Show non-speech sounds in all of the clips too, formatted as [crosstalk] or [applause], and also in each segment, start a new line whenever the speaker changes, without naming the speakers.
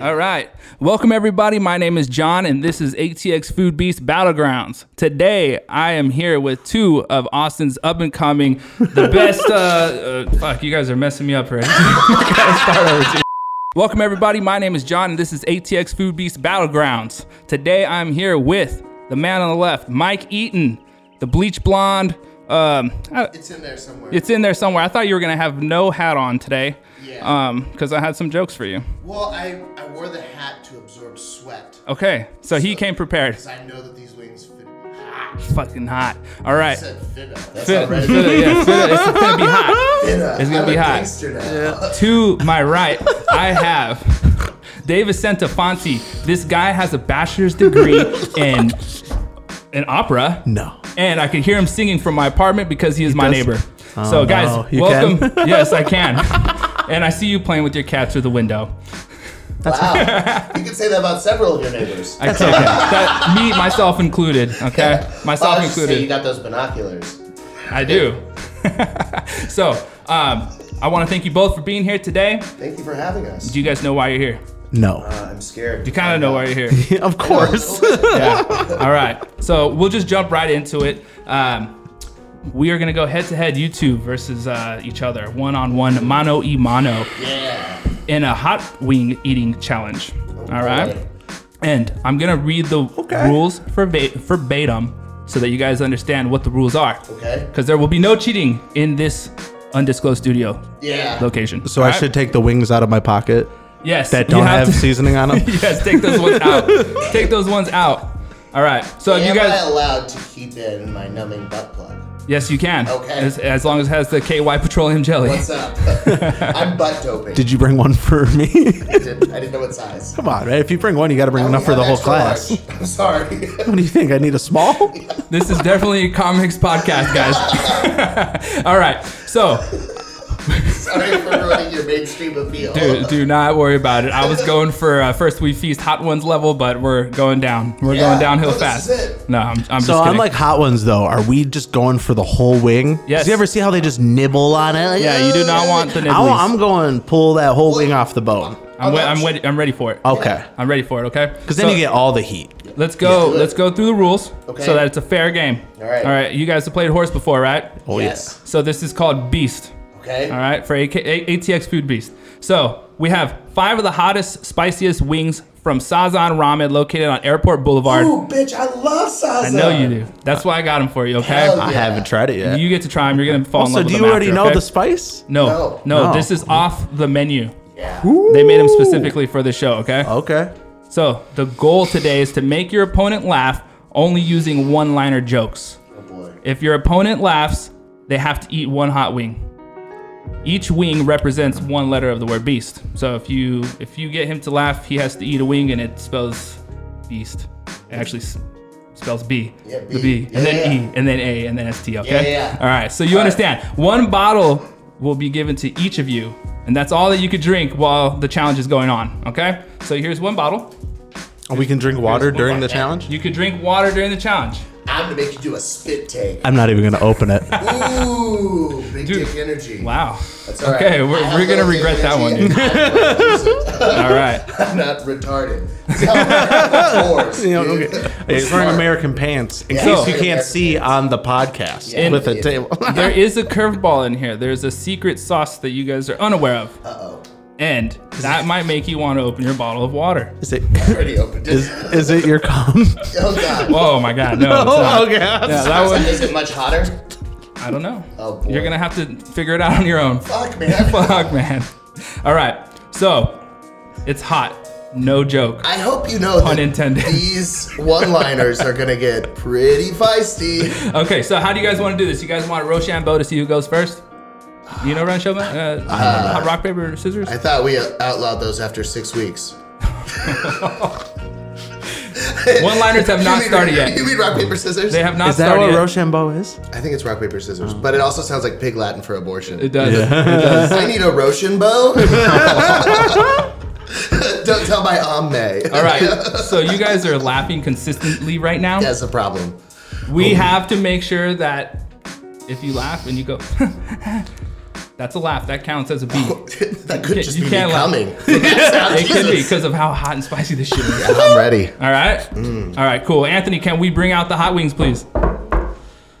All right. Welcome, everybody. My name is John, and this is ATX Food Beast Battlegrounds. Today, I am here with two of Austin's up and coming, the best. Uh, uh, fuck, [laughs] you guys are messing me up right now. Gotta start over, dude. Welcome, everybody. My name is John, and this is ATX Food Beast Battlegrounds. Today, I'm here with the man on the left, Mike Eaton, the bleach blonde. Um, I-
It's in there somewhere.
it's in there somewhere. I thought you were going to have no hat on today
Yeah.
because I had some jokes for you.
well, I, I wore the hat to absorb sweat
Okay, so he came prepared.
because I know that these wings fit. me.
fucking hot. All right.
I said fit up. That's
Fit-
already
fit it, yeah, fit it. It's gonna be hot.
fit up.
It's gonna
I'm
be
a
hot.
gangster now.
To my right, I have Dave Santafonte. This guy has a bachelor's degree in in opera.
No.
And I could hear him singing from my apartment because he is my
does?
neighbor.
Oh,
so guys,
no. You
welcome.
[laughs]
yes, I can. And I see you playing with your cat through the window.
Wow. [laughs] you can say that about several of your neighbors.
I can't. That, me, myself included. Okay, myself
Well, I was just saying,
included.
you got those binoculars.
I do. [laughs] so, um, I want to thank you both for being here today.
Thank you for having us.
Do you guys know why you're here?
No.
uh, I'm scared.
You kind of know why you're here.
[laughs] of course.
yeah. [laughs] All right. So we'll just jump right into it. Um, we are gonna go head to head, you two versus uh, each other, one on one, mano e mano,
Yeah.
in a hot wing eating challenge. All right. And I'm gonna read the rules for verbatim so that you guys understand what the rules are.
Okay.
Because there will be no cheating in this undisclosed studio
Yeah.
location.
So I
All right?
should take the wings out of my pocket
yes
that
you
don't have,
to-
seasoning on [laughs] them.
[laughs] yes, take those ones out. take those ones out. All right. So if
Am
you guys.
I allowed to keep in my numbing butt plug?
Yes, you can.
Okay.
As, as long as it has the KY petroleum jelly.
What's up? [laughs] I'm butt doping.
Did you bring one for me?
I, didn't, I didn't know what size.
[laughs] Come on, man. If you bring one, you got to bring enough for the
Only
whole
have
class.
extra large. I'm sorry. [laughs]
What do you think? I need a [laughs] small?
[laughs] This is definitely a comics podcast, guys. [laughs] All right. So
Sorry for ruining your mainstream appeal.
do, do not worry about it. I was going for uh, first we feast hot ones level, but we're going down. We're
Yeah.
going downhill
Oh, this
fast.
is it.
No, I'm, I'm
So
just kidding.
I'm like hot ones though. Are we just going for the whole wing? 'Cause
Yes.
You ever see how they just nibble on it? Like,
yeah, you do not want the
I
nibbles.
want, I'm going pull that whole wing off the bone.
I'm, wi- I'm, ready, I'm ready for it.
Okay.
I'm ready for it. Okay.
Because then
So-
you get all the heat.
Let's go.
Yeah.
Let's go through the rules
Okay.
so that it's a fair game.
All right.
All right. You guys have played horse before, right?
Oh yes.
yes.
So this is called Beast.
Okay.
All right, for AK- A- ATX Food Beast. So we have five of the hottest, spiciest wings from Sazan Ramen, located on Airport Boulevard.
Ooh, bitch, I love salsa.
I know you do. That's why I got them for you. Okay,
Hell
I
Yeah.
haven't tried it yet.
you get to try them. You're gonna fall in
also,
love with
do
them.
you already
after,
know
okay?
the spice?
No, no,
No.
no.
No.
This is off the menu.
Yeah.
They made them specifically for the show. Okay.
Okay.
So the goal today is to make your opponent laugh, only using one-liner jokes.
Oh boy.
If your opponent laughs, they have to eat one hot wing. Each wing represents one letter of the word beast. So if you if you get him to laugh, he has to eat a wing, and it spells beast. It actually s- spells B.
Yeah,
The
B.
B, and then
Yeah, yeah.
E, and then A, and then ST. Okay.
yeah, yeah.
All right. So you
All right.
understand. One bottle will be given to each of you, and that's all that you could drink while the challenge is going on. Okay. So here's one bottle.
And we can drink water
Here's one
during the
bottle.
challenge?
You could drink water during the challenge.
I'm gonna make you do a
[laughs]
spit take.
I'm not even going to open it.
Ooh, big
Dude.
dick energy.
Wow.
That's all right.
Okay, we're-
I have
we're gonna
little dick
regret that
energy
one,
and I'm-
All right.
[laughs] I'm not retarded. That's how
[laughs]
I'm horse,
[laughs] You know,
dude. [laughs]
okay.
I'm
He's wearing
smart.
American pants in
Yeah.
case
So-
you can't see on the podcast
Yeah.
with a
Yeah.
table.
There is a curveball in here. There's a secret sauce that you guys are unaware of,
Uh-oh.
and that might make you want to open your bottle of water.
is it
Pretty open.
is, is it your
[laughs]
cum?
oh god.
Oh my God, no! it's
[laughs]
not.
oh, okay.
Yeah,
I
that
was like,
one,
is it much hotter?
I don't know.
Oh, boy.
You're gonna have to figure it out on your own. [laughs]
Fuck, man.
Fuck, man. All right, so it's hot. No joke.
I hope you know
Pun
that
intended.
these one-liners are gonna get pretty
[laughs]
feisty.
Okay, so how do you guys want to do this? You guys want Rochambeau to see who goes first? You know Rochambeau? Uh, hot rock paper scissors.
I thought we outlawed those after six weeks.
One-liners have
You
not
[laughs] mean-
started yet.
You mean rock paper scissors?
They have Oh. not
Is that
started.
what
yet.
Rochambeau is?
I think it's rock paper scissors, but it also sounds like pig Latin for abortion.
it does.
I need a
[laughs]
Rochambeau. [laughs] Don't tell my aunt May.
All
[laughs]
right. So you guys are laughing consistently right now.
That's a problem. [laughs]
We have to make sure that if you laugh and you go, [laughs] That's a laugh. That counts as a
[laughs]
beat.
that could
You
just
you
be me
can't laugh. [laughs]
coming. [laughs] Sound
It could be
Jesus.
because of how hot and spicy this shit
[laughs]
is.
I'm ready.
All right.
Mm.
All right. Cool. Anthony, can we bring out the hot wings, please? [laughs]
I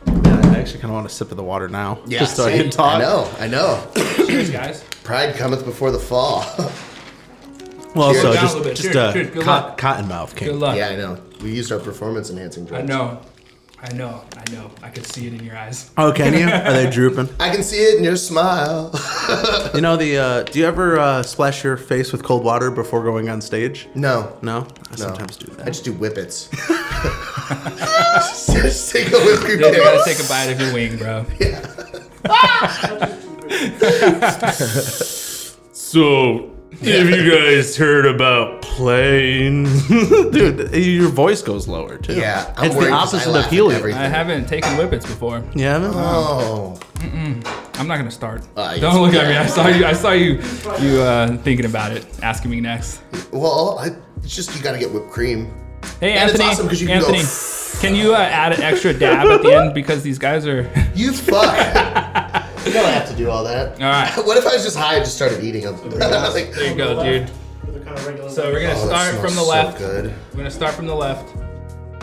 actually kind of want a sip of the water now.
Yeah,
just so I
see?
can talk.
I know.
[laughs]
I know.
Cheers, guys.
Pride cometh before
[laughs]
the fall.
Well,
Cheers.
also
Down a
just
little bit.
just
Cheers,
uh,
cheers. Good
cot-
luck.
cotton mouth king.
Good luck.
yeah, I know. We used our performance enhancing drugs.
I know. I know. I know. I could see it in your
[laughs]
eyes.
Oh, can you? Are they drooping?
I can see it in your smile. [laughs]
You know the? Uh, do you ever uh, splash your face with cold water before going on stage?
No.
No, I
No.
sometimes do
I
that.
just do
[laughs]
whippets. [laughs] just take a whip
You gotta
cocktail.
take a [laughs] bite of your wing, bro.
So, have you guys heard about planes?
[laughs] Dude, your voice goes lower too.
Yeah, I'm
it's
worried
the
'cause I
opposite
laugh
of
at
helium.
everything.
I haven't taken whippets before.
Yeah.
Oh,
I'm not gonna start.
Uh, yes.
Don't look at me. I saw you. I saw you. You uh, thinking about it, asking me next.
well, I, it's just you gotta get whipped cream.
Hey,
And it's
Anthony.
awesome 'cause you can go
Anthony, can you uh, add an extra dab at the end because these guys are. [laughs]
You fuck. you don't have to do all that.
All right.
What if I was just high and just started eating them? [laughs] Like,
There you go, dude. So we're gonna
oh, that
start from
smells
the
so
left.
Good.
We're gonna start from the left.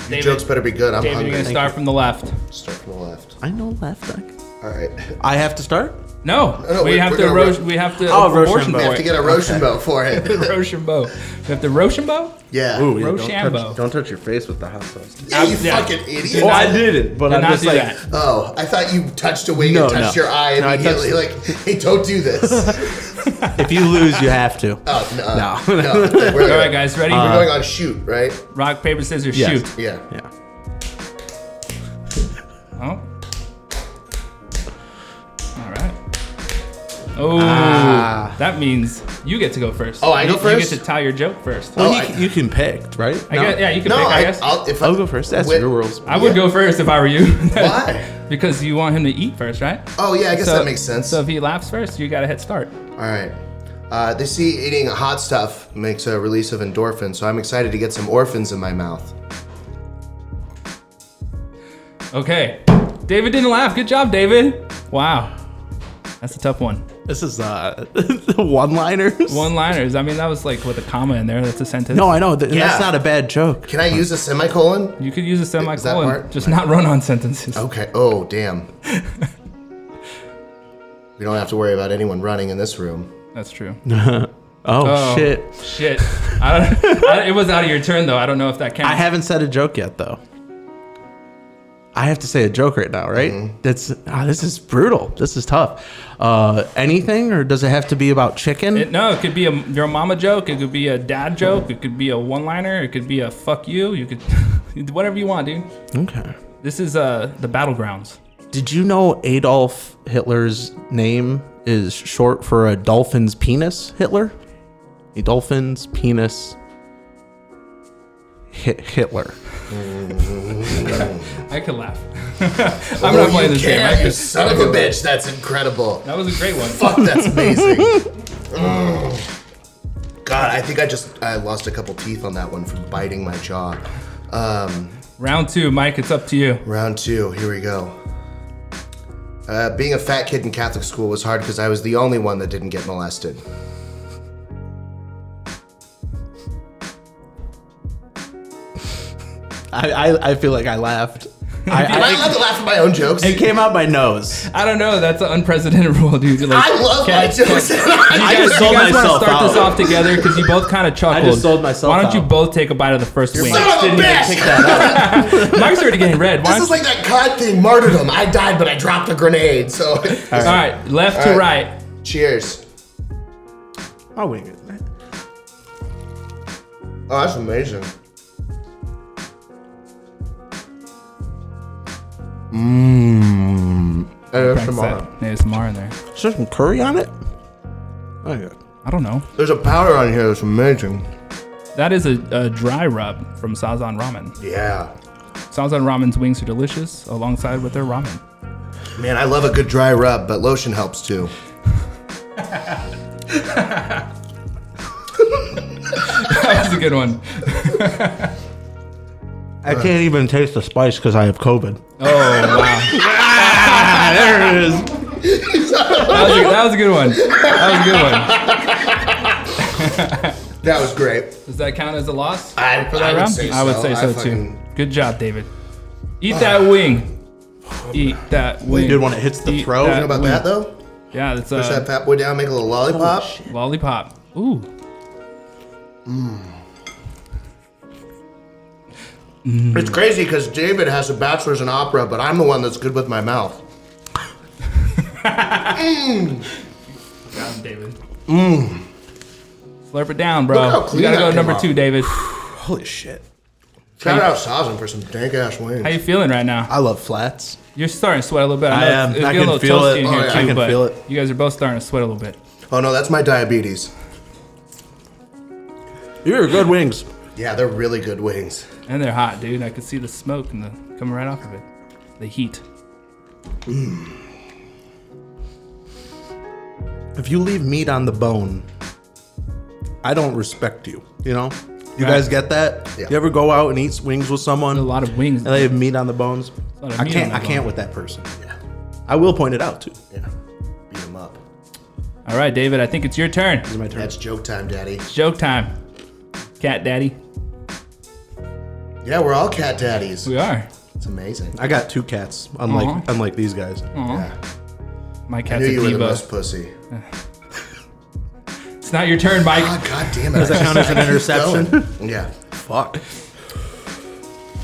David,
Jokes better be good. I'm
David, you're
hungry.
gonna start from the left.
Start from the left.
I know left. I,
All right. [laughs]
I have to start.
No,
no,
we,
we-
have
we're
to
gonna
Roche,
ro-
we have to
Oh,
abortion
Rochambeau.
We
boy.
have to get a Rochambeau
[laughs]
for it. [laughs]
Rochambeau. We have to Rochambeau?
Yeah.
yeah,
Rochambeau.
don't touch your face with the hot sauce.
Yeah, you
Yeah.
fucking idiot.
Oh, I did it, but
Did
I'm
not
just
do
like,
that.
Oh, I thought you touched a wing
No,
and touched
no.
your eye
No, I
immediately. like, hey, don't do
[laughs]
this.
if you lose, you have to.
[laughs] oh, no.
No.
No. okay, we're,
All right, guys, ready?
We're going on shoot, right?
Rock, paper, scissors,
[laughs] Yes.
shoot.
Yeah.
Yeah.
Oh. All right. Oh,
Ah.
that means you get to go first.
Oh, I
you,
go
You
first?
get to tell your joke first.
Well,
Oh,
you,
I-
can- you can pick, right?
I guess, yeah, you can
No,
pick, I,
I,
guess. I,
I'll, if
I'll go first. That's
Wait.
your rules.
would go first if I were you. [laughs]
Why?
because you want him to eat first, right?
Oh, yeah, I guess that makes sense.
So if he laughs first, you got to hit start.
All right. Uh, they see eating hot stuff makes a release of endorphins, so I'm excited to get some orphans in my mouth.
Okay. David didn't laugh. Good job, David. Wow. That's a tough one.
This is uh, [laughs] one-liners.
One liners. I mean, that was like with a comma in there. That's a sentence.
No, I know. Th-
Yeah.
That's not a bad joke.
Can I use a semicolon?
You could use a semicolon,
part?
just not run on sentences.
Okay.
[laughs]
Oh, damn. we don't have to worry about anyone running in this room.
That's true.
Oh,
Oh,
shit!
Shit. I don't, I, it was out of your turn, though. I don't know if that counts.
I haven't said a joke yet, though. I have to say a joke right now, right? That's ah, this is brutal. This is tough. Uh, anything, or does it have to be about chicken?
It- no, it could be a your mama joke. It could be a dad joke. It could be a one liner. It could be a fuck you. You could, [laughs] whatever you want, dude.
okay.
This is uh the battlegrounds.
Did you know Adolf Hitler's name is short for a dolphin's penis? Hitler, a dolphin's penis. Hit Hitler.
I could laugh. [laughs] I'm not playing this game. I
You
could-
son of a bitch. That's incredible.
that was a great one.
Fuck, that's amazing. Mm. God, I think I just I lost a couple teeth on that one from biting my jaw. Um,
[laughs] Round two, Mike. It's up to you.
round two, here we go. Uh, being a fat kid in Catholic school was hard because I was the only one that didn't get molested.
I, I, I feel like I laughed. I,
[laughs]
Am I
I,
allowed to laugh at my own jokes?
it came out my nose.
I don't know. That's an unprecedented [laughs] rule, dude. Like,
I love my
can't-
jokes. [laughs]
You
I
guys,
just sold
you guys want
myself
to start this
out.
off together because you both kind of chuckled.
sold myself
Why don't you
out.
both take a bite of the first wing?
Son of a
[laughs]
bitch!
Mike's already getting red. Why
This is
don't-
like that God thing, martyrdom. I died, but I dropped a grenade. So,
[laughs] all right, left to
All
right.
right. cheers.
Oh wait.
Oh, that's amazing. Mmm.
Thanks,
tomorrow.
that- There's Samara in there.
Is there some curry on it? Oh yeah.
I don't know.
There's a powder on here that's amazing.
That is a, a dry rub from Sazan Ramen.
Yeah.
Sazan Ramen's wings are delicious alongside with their ramen.
Man, I love a good dry rub, but lotion helps too.
[laughs] that was a good one.
I can't even taste the spice because I have COVID.
Oh wow. [laughs]
There it is.
He's
That was, a, that was a good one. That was a good one.
That was great.
Does that count as a loss?
I,
for that
I
round?
would say so.
I would say so
fucking-
too. Good job, David. Eat that wing. Eat that wing.
Dude, when it hits the
Eat
throat,
that
You know about
wing.
that though?
Yeah, that's
Push
a
that fat boy down, make a little lollipop.
lollipop. Ooh.
It's crazy because David has a bachelor's in opera, but I'm the one that's good with my mouth.
Got him, David. Mmm. Slurp it down,
Look how
bro. We
clean
gotta
that
go
came
number
off.
two, David.
Holy shit.
Shout out Sazen for some dank ass wings.
How you feeling right now?
I love flats.
You're starting to sweat a little bit.
I
know
am.
It's, it's
I
getting a
can
little
feel
toasty
it.
in
Oh,
here
yeah.
too,
I
can
but
feel it.
you guys are both starting to sweat a little bit.
oh no, that's my diabetes.
You're good wings.
Yeah, they're really good wings.
And they're hot, dude. I could see the smoke and the coming right off of it. The heat.
If you leave meat on the bone, I don't respect you. You know? You
Right.
guys get that?
Yeah.
You ever go out and eat wings with someone?
A lot of wings.
and they have meat on the bones.
lot of
I
meat
can't. I
on the
can't
bone.
with that person.
Yeah,
I will point it out too. It's
yeah. Beat them up.
All right, David. I think it's your turn.
my turn.
That's joke time, daddy.
It's joke time. Cat daddy.
Yeah, we're all cat daddies.
We are.
It's amazing.
I got two cats. Unlike
Aw.
unlike these guys.
Yeah.
My
I
cat's
knew
a
you were the most
diva.
pussy.
It's not your turn, Mike.
Ah, god damn it. Does
that count
[laughs]
as an interception?
yeah.
Fuck.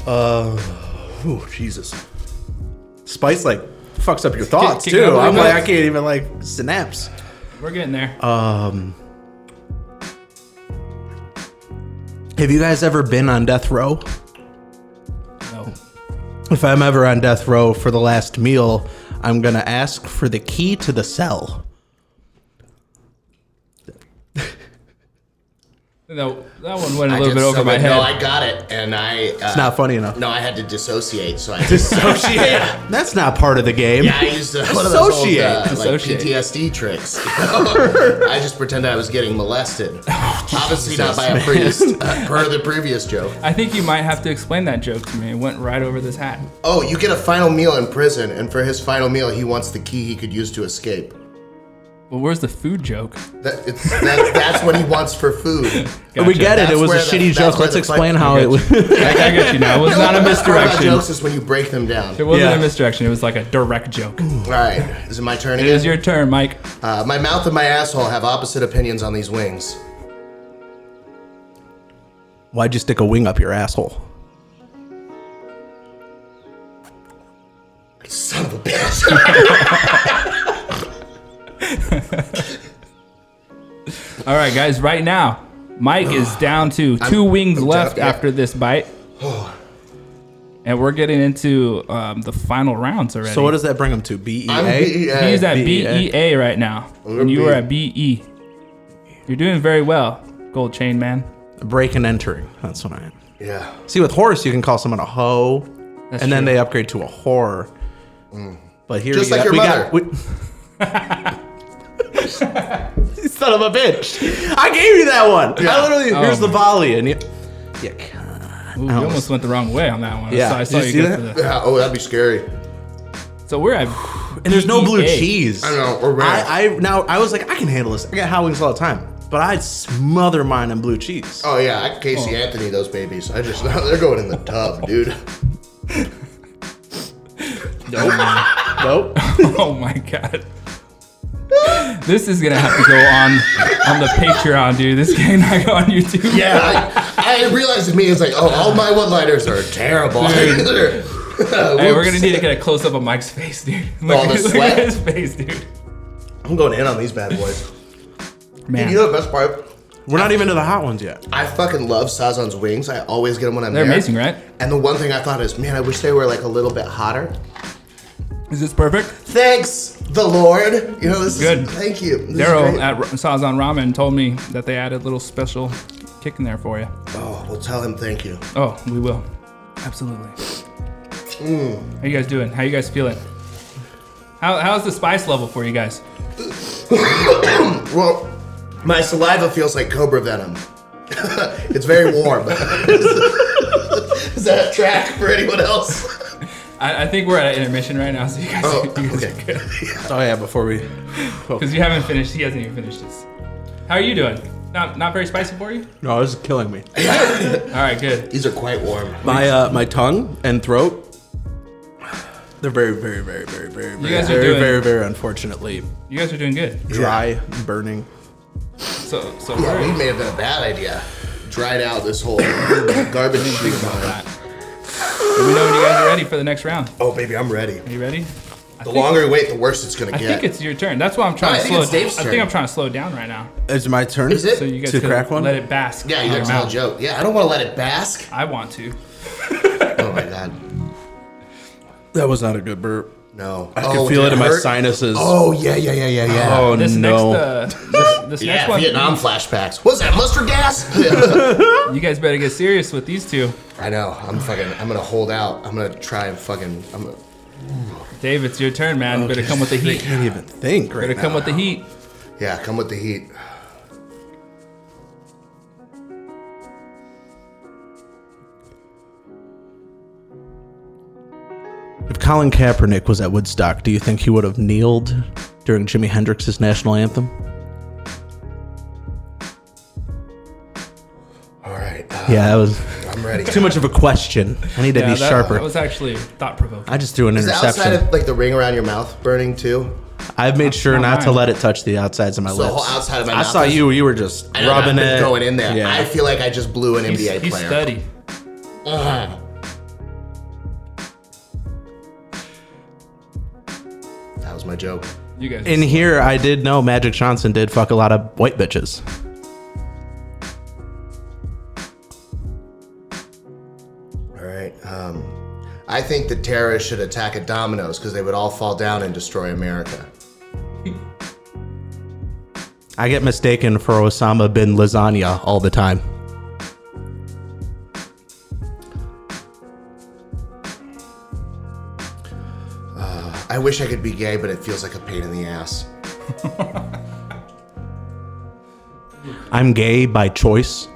Uh, oh Jesus. Spice like fucks up your thoughts
kick it
too.
over
I'm
the
like I
nuts.
can't even like synapse. Um,
We're getting there.
Uh,
Have you guys ever been on death row?
no.
If I'm ever on death row for the last meal, I'm gonna ask for the key to the cell.
No, that one went a
I
little
did
bit over
some-
my head.
No, I got it, and I. Uh,
It's not funny enough.
No, I had to dissociate, so I just. [laughs] yeah,
That's not part of the game.
I used uh, one of those old,
Associate.
uh, like
Associate.
PTSD tricks. you know? I just pretended I was getting molested. Obviously not by a priest, uh, per the previous joke.
I think you might have to explain that joke to me. It went right over this hat.
Oh, you get a final meal in prison, and for his final meal, he wants the key he could use to escape.
Well, where's the food joke?
That, it's, that, [laughs] that's what he wants for food.
Gotcha.
We get it.
That's
It was a
where the-
shitty
that's
joke.
where
Let's
the
explain
fight-
how it was.
I, I got you now. It was
[laughs]
not a
The best part about
misdirection.
jokes is when you break them down.
It wasn't
Yeah.
a misdirection. It was like a direct joke.
All right, is it my turn
It
again?
is your turn, Mike.
Uh, my mouth and my asshole have opposite opinions on these wings.
[laughs] Why'd you stick a wing up your asshole?
Son of a
[laughs]
bitch.
All right, guys. Right now, Mike is
[sighs]
down to 2 wings
I'm
left
down, yeah.
after this
[sighs]
bite, and we're getting into um, the final rounds already.
So what does that bring him to? B E
I'm
A.
BEA.
He's at B
BEA.
E A right now, and you
B.
are at B E. You're doing very well, Gold Chain Man.
Break and entering. That's what I am.
Yeah.
See, with horse, you can call someone a hoe,
That's
and then
true.
they upgrade to a whore. But here
Mm. Just
we
like
got,
your
we
mother.
got we- [laughs] Son of a bitch! I gave you that one. I literally
Oh
here's the
my-
volley, and you, you cunt.
Ooh, you almost went the wrong way on that one.
Yeah,
So I
did
saw
you
you
see
get to
that?
the.
Yeah, oh, that'd be scary.
So we're at. [laughs]
and there's no blue
BEA.
cheese.
I know, or red.
I, I now I was like, I can handle this. I get hot wings all the time, but I'd smother mine in blue cheese.
Oh yeah, I Casey Anthony those babies. I just [laughs] they're going in the tub, dude.
Nope.
[laughs] Oh my god. This is gonna have to go on on the Patreon, dude. This [laughs] cannot go on YouTube.
Yeah, I, I realized to me it's like, oh, all my one-liners are terrible.
Dude.
[laughs] They're-
Hey, we're gonna
Whoops.
need to get a close up of Mike's face, dude. [laughs] Look,
All the
look
sweat?
at his face, dude.
I'm going in on these bad boys.
[laughs] Man,
You know the best part?
We're not even to the hot ones yet.
I fucking love Sazon's wings. I always get them when I'm
they're
there.
amazing, right?
And the one thing I thought is, man, I wish they were like a little bit hotter.
Is this perfect?
Thanks, the Lord. You know this
Good.
is thank you. This is
Daryl
great.
at Ra- Sazon Ramen told me that they added a little special kick in there for you.
Oh, well, tell him thank you.
Oh, we will. Absolutely.
Mm.
How you guys doing? How you guys feeling? How, how's the spice level for you guys?
Well, my saliva feels like cobra venom. [laughs] it's very warm. Is that a track for anyone else?
I, I think we're at an intermission right now, so you guys,
Oh,
[laughs] you guys
okay.
Oh yeah, before we.
because you haven't finished. He hasn't even finished this. How are you doing? Not not very spicy for you.
No, this is killing me.
All right, good.
These are quite warm.
My uh, my tongue and throat. They're very, very, very, very, very, very,
guys are
very,
doing-
very, very, unfortunately
You guys are doing good.
dry, burning.
So so
Yeah, we
we're,
may have been a bad idea. Dried out this whole [coughs] garbage shoot of mine.
we know when you guys are ready for the next round.
Oh, baby, I'm ready.
Are you ready? I
The
think-
longer we wait, the worse it's gonna
I
get.
think it's your turn. That's why I'm trying
No, I
to
think
slow.
it's Dave's
I think
turn.
I'm trying to slow it down right now.
It's my turn.
Is it?
So you guys
To
could
crack one?
let it bask.
yeah, you
in
gotta
your
tell a
mouth.
joke. Yeah, I don't want to let it bask.
I want to.
Oh my god,
That was not a good burp.
no.
I
oh,
can feel
did
it in my
hurt?
sinuses.
Oh yeah, yeah, yeah, yeah, yeah.
Oh,
This
no.
next uh, this, this
yeah,
next one,
Vietnam flashbacks. What's that mustard gas? [laughs]
you guys better get serious with these two.
I know. I'm fucking. I'm gonna hold out. I'm gonna try and fucking. I'm gonna,
Dave, it's your turn, man. You Better come with the
I
heat.
can't even think right
Better
now.
come with the heat.
yeah, come with the heat.
If Colin Kaepernick was at Woodstock, do you think he would have kneeled during Jimi Hendrix's national anthem?
All right, uh,
Yeah, that was
I'm ready.
too much of a question. I need to
Yeah,
be
that,
sharper.
that was actually thought provoking.
I just threw an
Is the outside
interception.
of like the ring around your mouth burning too?
I've made sure
not
not to
mine.
let it touch the outsides of my
the
lips.
whole outside of my
I
mouth
saw
is-
you. You were just
I don't know,
rubbing
I've been
it,
going in there.
Yeah.
I feel like I just blew an
He's,
NBA
he's
player.
steady.
Ugh. That was my joke.
You guys.
in here, I did know Magic Johnson did fuck a lot of white bitches.
All right. Um, I think the terrorists should attack at Domino's because they would all fall down and destroy America.
I get mistaken for Osama bin Lasagna all the time.
I wish I could be gay, but it feels like a pain in the ass.
I'm gay by choice.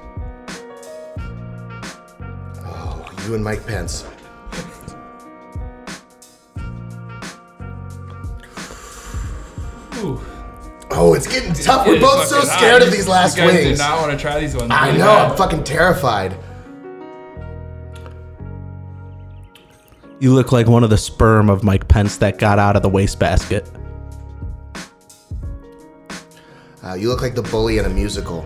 Oh, you and Mike Pence.
Ooh,
Oh, it's getting tough.
it
We're
is
both so
fucking hot.
scared of
You-
these last
you guys
wings.
Did not want to try these ones.
I
really
know.
bad.
I'm fucking terrified.
You look like one of the sperm of Mike Pence that got out of the wastebasket.
Uh, you look like the bully in a musical.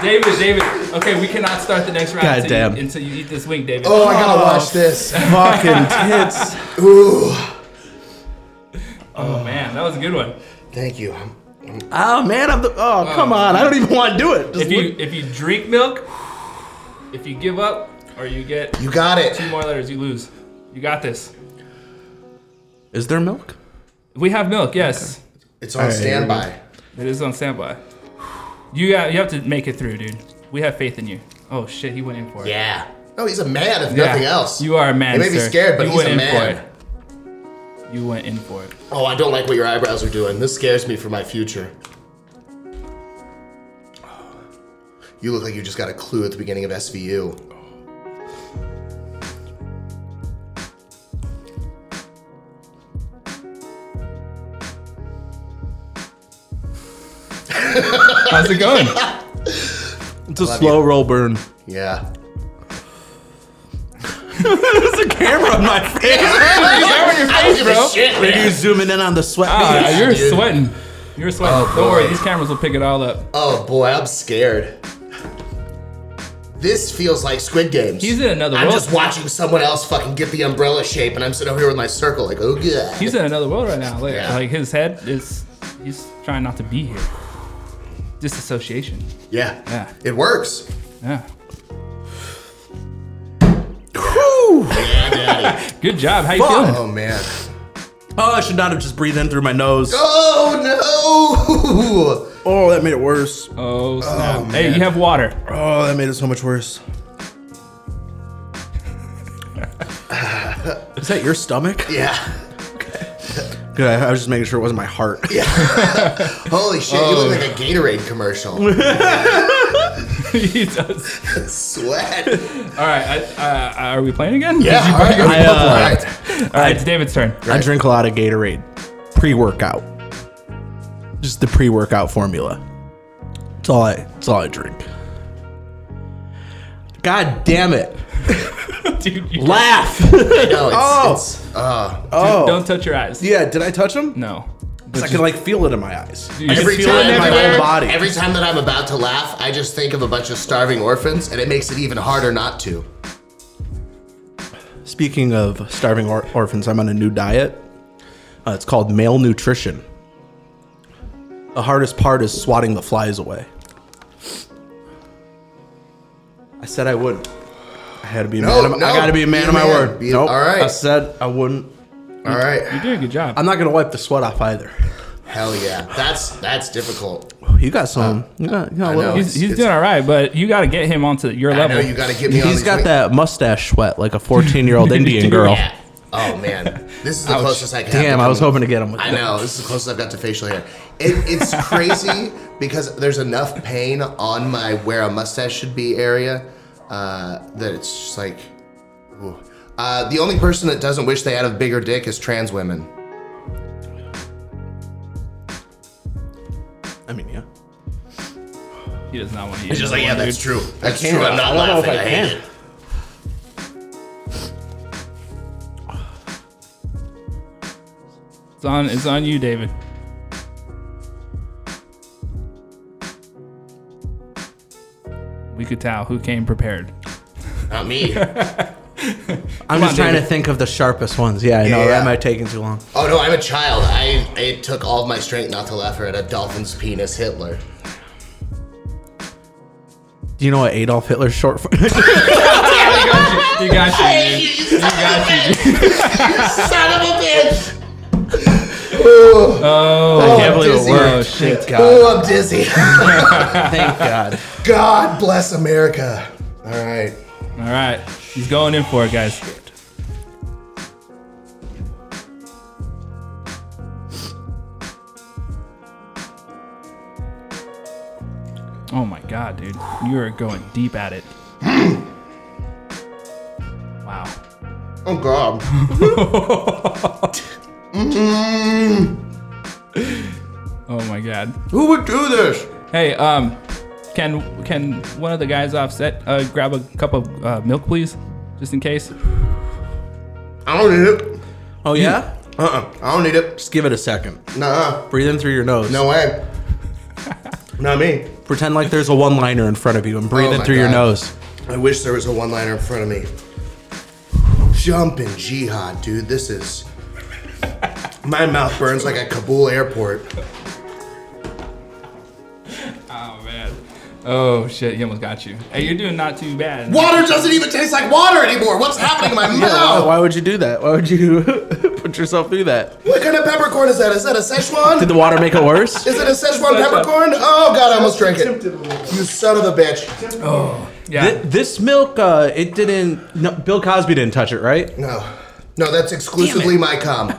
David, David. Okay, we cannot start the next round
God
until,
damn.
You, until you eat this wing, David.
Oh, I gotta watch this.
[laughs] Fucking tits.
Ooh.
Oh, man, that was a good one.
Thank you. I'm-
Oh man, I'm the. Oh come on, I don't even want to do it. Just
If you
look-
if you drink milk, if you give up, or you get
You got it.
two more letters, you lose. You got this.
Is there milk?
We have milk. Yes,
It's on standby.
it is on standby. You got. You have to make it through, dude. We have faith in you. Oh shit, he went in for it.
Yeah. No, Oh, he's a man, if
Yeah.
nothing else.
You are a man.
He may be
sir.
scared, but
you
he's
went
a
in
man.
for it. You went in for it.
Oh, I don't like what your eyebrows are doing. This scares me for my future. You look like you just got a clue at the beginning of SVU.
How's it
[laughs]
going?
It's a slow roll burn.
Yeah.
[laughs] There's a camera on [laughs] my face.
I don't give a
bro.
shit, man.
you zooming in on the sweat.
Ah,
Yeah,
you're
dude.
sweating. You're sweating.
Oh,
Don't worry,
boy.
these cameras will pick it all up.
Oh boy, I'm scared. This feels like Squid Games.
He's in another
I'm
world.
just watching someone else fucking get the umbrella shape, and I'm sitting over here with my circle, like, oh god.
He's in another world right now. Like,
Yeah.
like his head is. He's trying not to be here. Disassociation.
yeah.
Yeah.
It works.
Yeah.
Yeah, daddy.
Good job. How you feeling?
oh man.
Oh, I should not have just breathed in through my nose.
Oh no. [laughs]
Oh, that made it worse.
Oh snap! hey, you have water. [laughs]
Oh, that made it so much worse. Is that your stomach?
Yeah.
Good. I I was just making sure it wasn't my heart.
Holy shit, you
Oh.
look like a Gatorade
[laughs]
commercial.
he does.
Sweat.
All right, I, uh, are we playing again?
Yeah,
Did you
all right.
break it?
I, uh,
all right.
all right, it's David's
[laughs]
turn.
I drink a lot of Gatorade pre workout. Just the pre workout formula. It's all I it's all I drink. God damn it.
Dude, you
[laughs] Laugh.
No, it's,
Oh.
it's uh,
oh.
don't touch your eyes.
yeah, did I touch him?
No.
'Cause I can like feel it in my eyes.
You can
every
feel
time
it in
my
that
whole
I'm-
body.
Every time that I'm about to laugh, I just think of a bunch of starving orphans, and it makes it even harder not to.
Speaking of starving or- orphans, I'm on a new diet. Uh, it's called male nutrition. The hardest part is swatting the flies away. I said I wouldn't. I had to be a
No,
man. Of, I
no,
got to be a man
be a
of my
man.
word.
Be-
nope.
all right.
I said I wouldn't.
All right,
You're doing a good job.
I'm not gonna wipe the sweat off either.
hell yeah, that's that's difficult.
You got some. you got, you got a
Uh, I
little-
know.
he's he's
it's-
doing all right, but you got to get him onto your
I
level.
know you got to get me. on
He's
these
got
wings.
that mustache sweat like a 14
[laughs]
year old Indian
Dude,
girl.
Yeah. Oh man, this is
[laughs]
the closest I can. have
Damn,
to
I was
coming-
hoping to get him with
I
that.
know this is the closest I've got to facial hair. It,
[laughs]
it's crazy because there's enough pain on my where a mustache should be area uh, that it's just like. ooh. Uh, the only person that doesn't wish they had a bigger dick is trans women.
I mean, yeah.
he does not want to use
It's just like, yeah, that's true. That's
can't.
true. I'm not
I don't know if
laughing.
I
I, hate
can.
it.
It's on, it's on you, David. We could tell who came prepared.
Not me.
[laughs] I'm
Come
just
on,
trying
David.
to think of the sharpest ones. Yeah, I know
Yeah.
that might take too long.
Oh no, I'm a child. I it took all of my strength not to laugh at a dolphin's penis, Hitler.
Do you know what Adolf Hitler's short for? [laughs]
You got you. You got you. dude.
you son of a bitch! son of a bitch!
Oh,
I can't believe it
oh
worked.
shit.
Oh, I'm dizzy.
Oh, Thank God.
[laughs] God bless America. All right.
All right, he's going in for it, guys. Oh my god, dude, you are going deep at [clears throat] it. wow.
Oh God.
Oh my god.
Who would do this?
Hey, um, can can one of the guys offset uh, grab a cup of uh, milk, please, just in case?
I don't need it.
Oh yeah?
Uh uh I don't need it.
Just give it a second.
Nah.
Breathe in through your nose.
No [laughs] way. Not me.
Pretend like there's a one-liner in front of you and breathe
Oh
in
my
through your
God.
nose.
I wish there was a one liner in front of me. Jumping jihad, dude. This is. My mouth burns like a Kabul airport.
Oh man. Oh shit, he almost got you. Hey, you're doing not too bad.
Water doesn't even taste like water anymore. What's happening in my
Why,
mouth?
why would you do that? Why would you [laughs] put yourself through that?
What kind of peppercorn is that? Is that a Szechuan?
Did the water make it worse?
Is it a Szechuan peppercorn? Oh god, I almost drank it. You son of a bitch.
Yeah.
[laughs] Th- this milk, uh, it didn't. No, Bill Cosby didn't touch it, right?
No. No, that's exclusively my cum.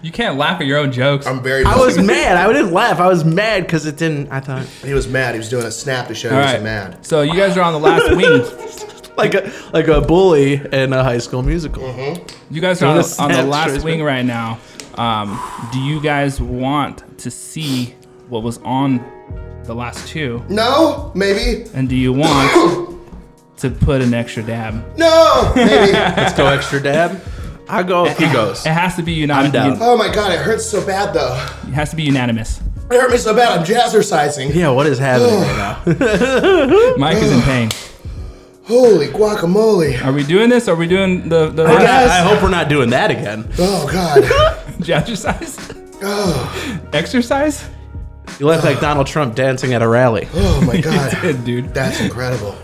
You can't laugh at your own jokes.
I'm very
I was mad. I didn't laugh. I was mad because it didn't. I thought
[laughs] He was mad. He was doing a snap to show
All
he was
right.
mad.
So you guys are on the last wing.
like a like a bully in a High School Musical.
You guys are on the,
Yes,
on the
that's
last
true.
wing right now. Um, do you guys want to see what was on the last two,
No? Maybe?
and do you want to put an extra dab?
No! Maybe.
Let's go extra dab. I go. if He goes.
It has to be
I'm down.
unanimous.
oh my god, it hurts so bad though.
It has to be unanimous.
It hurt me so bad, I'm jazzercising.
Yeah. What is happening right now?
Mike is in pain.
Holy guacamole.
Are we doing this? Are we doing the the
got-
last
I, I hope we're not doing that again.
Oh god.
[laughs]
Oh,
exercise? Exercise?
You look like Donald Trump dancing at a rally.
Oh my god.
Good dude.
That's incredible.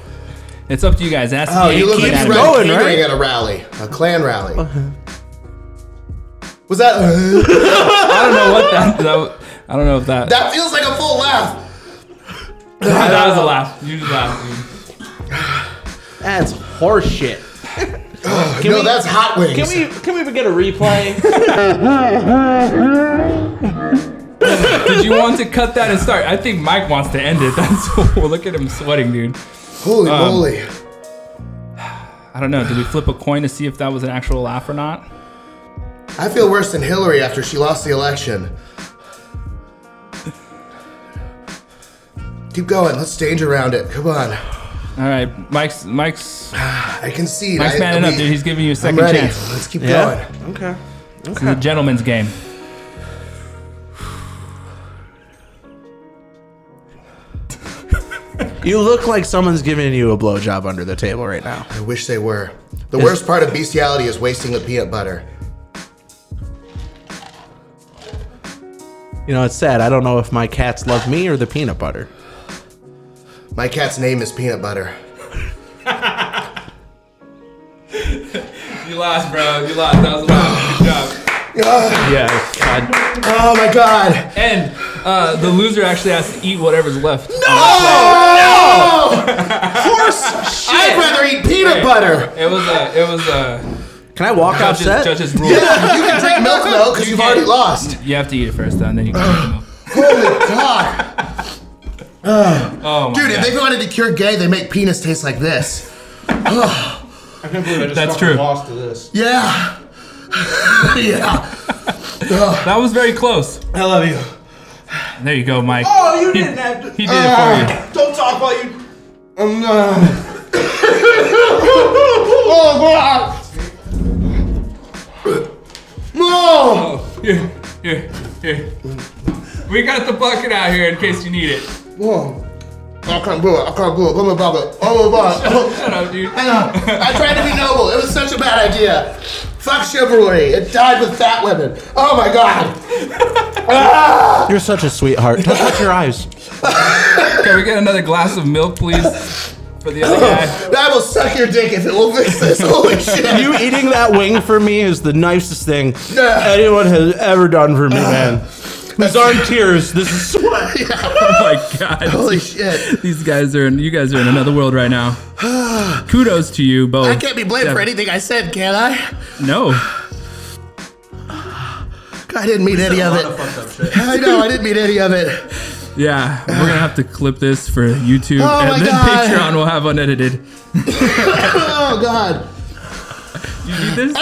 It's up to you guys. That's
Oh, you look like
keeps
you're
going,
going,
right?
at a rally, a clan rally. Was that? [laughs]
I don't know what that. that I don't know if that.
that feels like a full laugh. [laughs]
That was a laugh. You just laughed. dude.
That's horseshit.
Can
no,
we-
that's hot wings.
Can we can we even get a
[laughs]
replay?
Did you want to cut that and start? I think Mike wants to end it. [laughs] That's cool. Look at him sweating, dude.
Holy moly!
I don't know. Did we flip a coin to see if that was an actual laugh or not?
I feel worse than Hillary after she lost the election. Keep going. Let's stage around it. Come on.
All right, Mike's Mike's
I can see.
Mike's
I,
manning
we-
up, dude. He's giving you a
I'm
second
ready.
chance.
Let's keep
Yeah.
going.
Okay.
This is a gentleman's game.
You look like someone's giving you a blowjob under the table right now.
I wish they were. The worst part of bestiality is wasting the peanut butter.
You know, it's sad. I don't know if my cats love me or the peanut butter.
My cat's name is Peanut Butter.
You lost, bro. You lost. That was a loss. Good job.
Yeah.
Oh my god!
And uh, the loser actually has to eat whatever's left. No,
Horse! I'd rather eat peanut butter!
it was a it was a
Can I walk off
judges,
set?
judges rule.
You can drink milk though, because you've already lost.
You have to eat it first, though,
[clears throat]
and then you can. drink milk.
[sighs] God!
Oh my
Dude, if
god,
they wanted to cure gay, they make penis taste like this.
I can't believe I just
That's
fucking
true.
lost to this.
Yeah! yeah!
that was very close.
I love you.
There you go, Mike.
Oh, you didn't have to.
He did it for you.
Don't talk while you. I'm
[coughs]
not. oh God!
[coughs]
No!
Oh,
Ah.
here, here, here. We got the bucket out here in case you need it.
Whoa. I can't do it. I can't do it. Give me a bucket. Oh my god.
Shut up, dude.
[laughs] Hang on. I tried to be noble. It was such a bad idea. Fuck chivalry. It died with fat women. Oh my god.
You're such a sweetheart. Touch up your eyes.
Can we get another glass of milk, please, for the
Oh.
other guy? [laughs]
That will suck your dick if it will fix this. Holy shit.
You eating that wing for me is the nicest thing
Yeah.
anyone has ever done for me, man. These aren't tears. This is sweat.
Oh my god.
[laughs] Holy shit.
These guys are in, you guys are in another world
[sighs]
right now. Kudos to you both.
I can't be blamed for anything I said, can I?
No.
I didn't mean any of it. I know, I didn't mean any of it.
Yeah, we're gonna have to clip this for YouTube
Oh my
and then
God.
Patreon will have unedited.
Oh god.
You need this?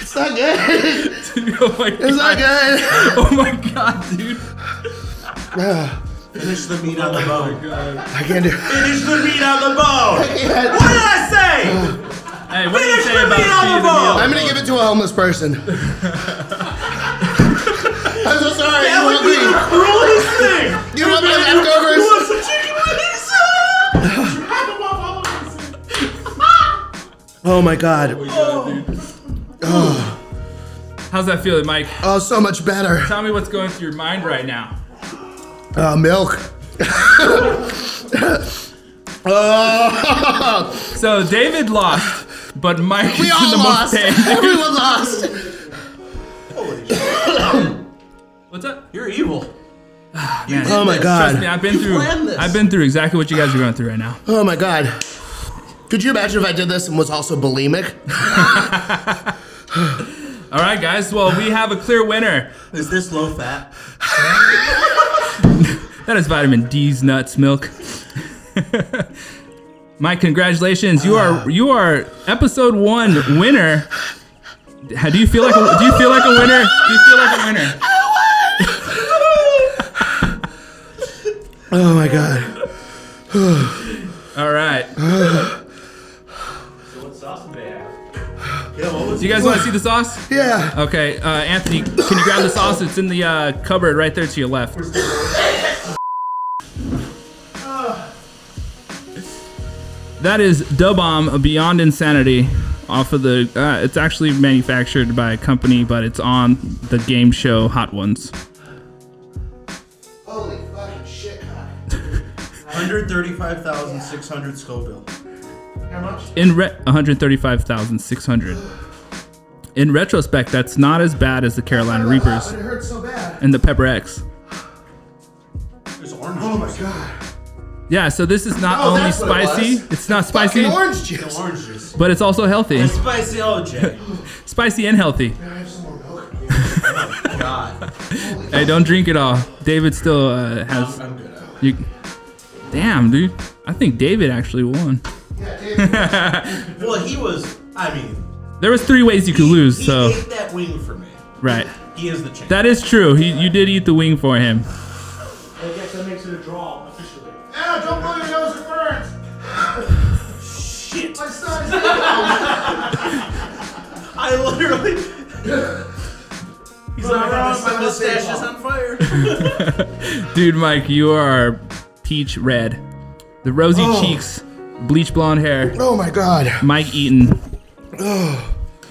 It's not good.
[laughs] Oh my
It's
god.
not good.
Oh my god, dude.
Finish the meat on the bone.
I can't do it.
Finish the meat on the bone.
[laughs] Yeah.
What did I say?
Hey, what do you
Finish
say
the
about
meat on the
Steven Yeun?
bone.
I'm gonna give it to a homeless
[laughs]
person. I'm so sorry.
That
you
would
want
be the
me?
cruelest thing.
You want my
You
leftovers?
want some chicken wings? You had to walk all over this. [laughs]
Oh my god.
How's that feeling, Mike?
Oh, so much better.
Tell me what's going through your mind right now.
Uh, milk.
[laughs]
[laughs] Oh,
So David lost, but Mike
We
is in
all
the
lost.
most pain.
[laughs]
[laughs] Everyone lost.
What's up?
You're evil.
Man,
Oh my
Trust me,
god.
I've been through.
planned this.
I've been through exactly what you guys are going through right now.
Oh my god. Could you imagine if I did this and was also bulimic?
All right, guys. Well, we have a clear winner.
Is this low fat?
That is vitamin D's nuts milk. [laughs] Mike, congratulations! You are you are episode one winner. How do you feel like? A, do you feel like a winner? Do you feel like a
[laughs]
winner?
Oh my god.
All
[sighs]
right.
So what's sauce do they have? Yeah, what was
Do you guys want to see the sauce?
Yeah.
Okay, uh, Anthony, can you grab the sauce? It's in the uh, cupboard right there to your left. that is Da Bomb Beyond Insanity off of the. Uh, it's actually manufactured by a company, but it's on the game show Hot Ones.
Holy fucking shit.
135,600 Scoville.
In re- 135,600. In retrospect, that's not as bad as the Carolina Reapers
It hurts so bad.
and the Pepper X.
There's orange. Oh my god.
Yeah, so this is not
Oh,
only
that's what it
spicy.
was.
It's not spicy,
Fucking orange juice.
Orange juice.
but it's also healthy.
Spicy OJ.
Spicy and healthy.
I have some more milk.
[laughs] God.
Hey, don't drink it all. David still uh, has.
I'm good.
You, damn, dude. I think David actually won.
Yeah, Dave.
Well, he was. I mean,
There was three ways you could
he-
lose,
He
so
ate that wing for me.
right.
He is the champ.
That is true. He, you did eat the wing for him.
I guess that makes it a draw officially.
Ow, don't blow your nose, it burns.
Shit.
My son's
[laughs] I literally. [laughs] He's not wrong. My
not
mustache
saying
is on fire.
Dude, Mike, you are peach red. The rosy cheeks, bleach blonde hair.
oh my god.
Mike Eaton.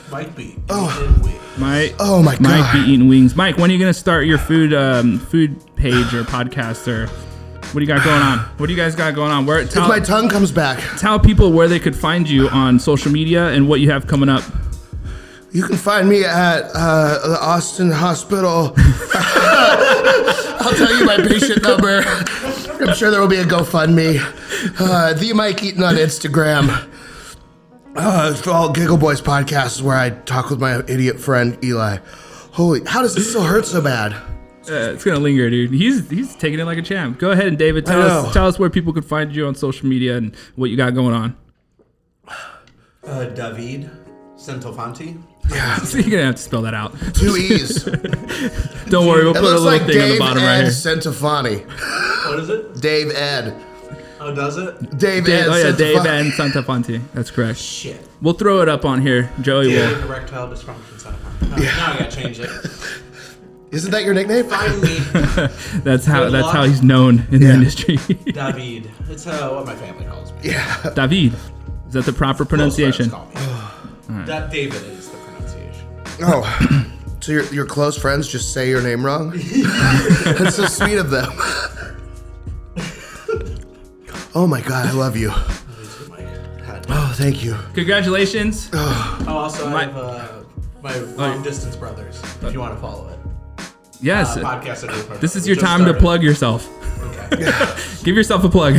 Might be. Oh.
Mike.
Oh my
Mike
god.
be eating wings. Mike, when are you gonna start your food um, food page
[sighs]
or podcast or what do you got going on? What do you guys got going on? Where
If
tell,
my tongue comes back,
tell people where they could find you on social media and what you have coming up.
you can find me at uh, the Austin [laughs] Hospital. I'll tell you my patient number. I'm sure there will be a GoFundMe. Uh, the Mike Eaton on Instagram. Uh, it's all Giggle Boys podcast is where I talk with my idiot friend Eli. Holy, how does this still hurt so bad?
Uh, it's gonna linger, dude. He's he's taking it like a champ. Go ahead and David, tell
I
us
know.
tell us where people could find you on social media and what you got going on. [laughs]
Uh, David Santofanti.
So you're gonna have to spell that out. [laughs]
Two E's. It
Don't worry, we'll put a little
looks like
thing on the
Dave
bottom
Ed
right here.
Santafani.
What is it?
Dave Ed.
Oh, does it?
Dave,
Dave,
Ed.
oh yeah, Dave
Santafani.
and Santa Fonte. That's correct.
Shit.
We'll throw it up on here. Joey will.
David Erectile dysfunction Santofanti. No, Now I gotta change it.
Isn't that your nickname?
Find me,
That's how
Good
that's
luck.
how he's known in the
Yeah.
industry. [laughs]
David. It's uh, what my family calls me.
Yeah.
David. Is that the proper
Most friends
pronunciation?
call me. That David is the pronunciation.
Oh. [clears throat] So your, your close friends just say your
[laughs]
name wrong? That's so sweet of them. oh my god, I love you.
Oh,
Oh, thank you.
Congratulations.
Uh, also, I
My- Oh,
have uh, my long distance brothers. If you want to follow it,
Yes.
uh, podcast. at New Park.
this is
We
your
just
time to
started.
plug yourself.
Okay.
[laughs] Give yourself a plug.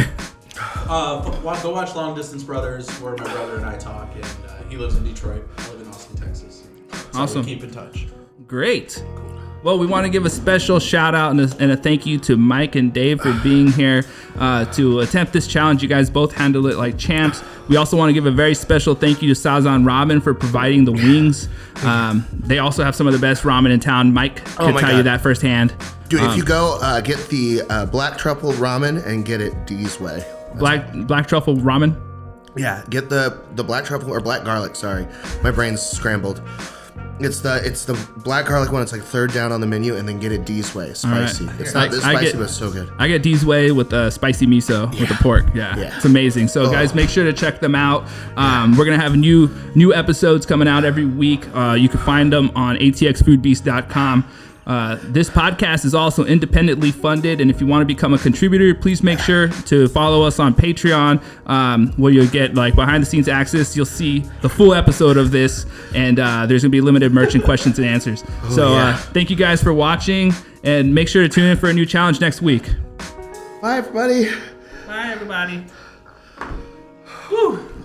uh, f- wa- go watch Long Distance Brothers, where my brother and I talk, and uh, he lives in Detroit. I live in Austin, Texas. So
Awesome.
Keep in touch.
Great. Well, we want to give a special shout out and a, and a thank you to Mike and Dave for being here uh, to attempt this challenge. You guys both handled it like champs. We also want to give a very special thank you to Sazan Ramen for providing the wings. Um, they also have some of the best ramen in town. Mike
Oh
could
my
tell you
God.
that firsthand.
Dude, if you go uh, get the uh, black truffle ramen and get it D's way.
Black black truffle ramen.
Yeah, get the the black truffle or black garlic. Sorry, my brain's scrambled. It's the it's the black garlic one. It's like third down on the menu, and then get it D's way.
right.
Spicy. It's not this
I- I
spicy,
get-
but it's so good.
I get D's way with uh, spicy miso with the pork. Yeah.
Yeah. Oh.
it's amazing. So guys, make sure to check them out. Um, We're gonna have new new episodes coming out every week. Uh, you can find them on atxfoodbeast.com. Uh, this podcast is also independently funded, and if you want to become a contributor, please make sure to follow us on Patreon, um, where you'll get like behind the scenes access. You'll see the full episode of this, and uh, there's gonna be limited merch and questions and answers. so uh,
Oh, yeah.
thank you guys for watching, and make sure to tune in for a new challenge next week.
Bye, everybody.
Bye, everybody.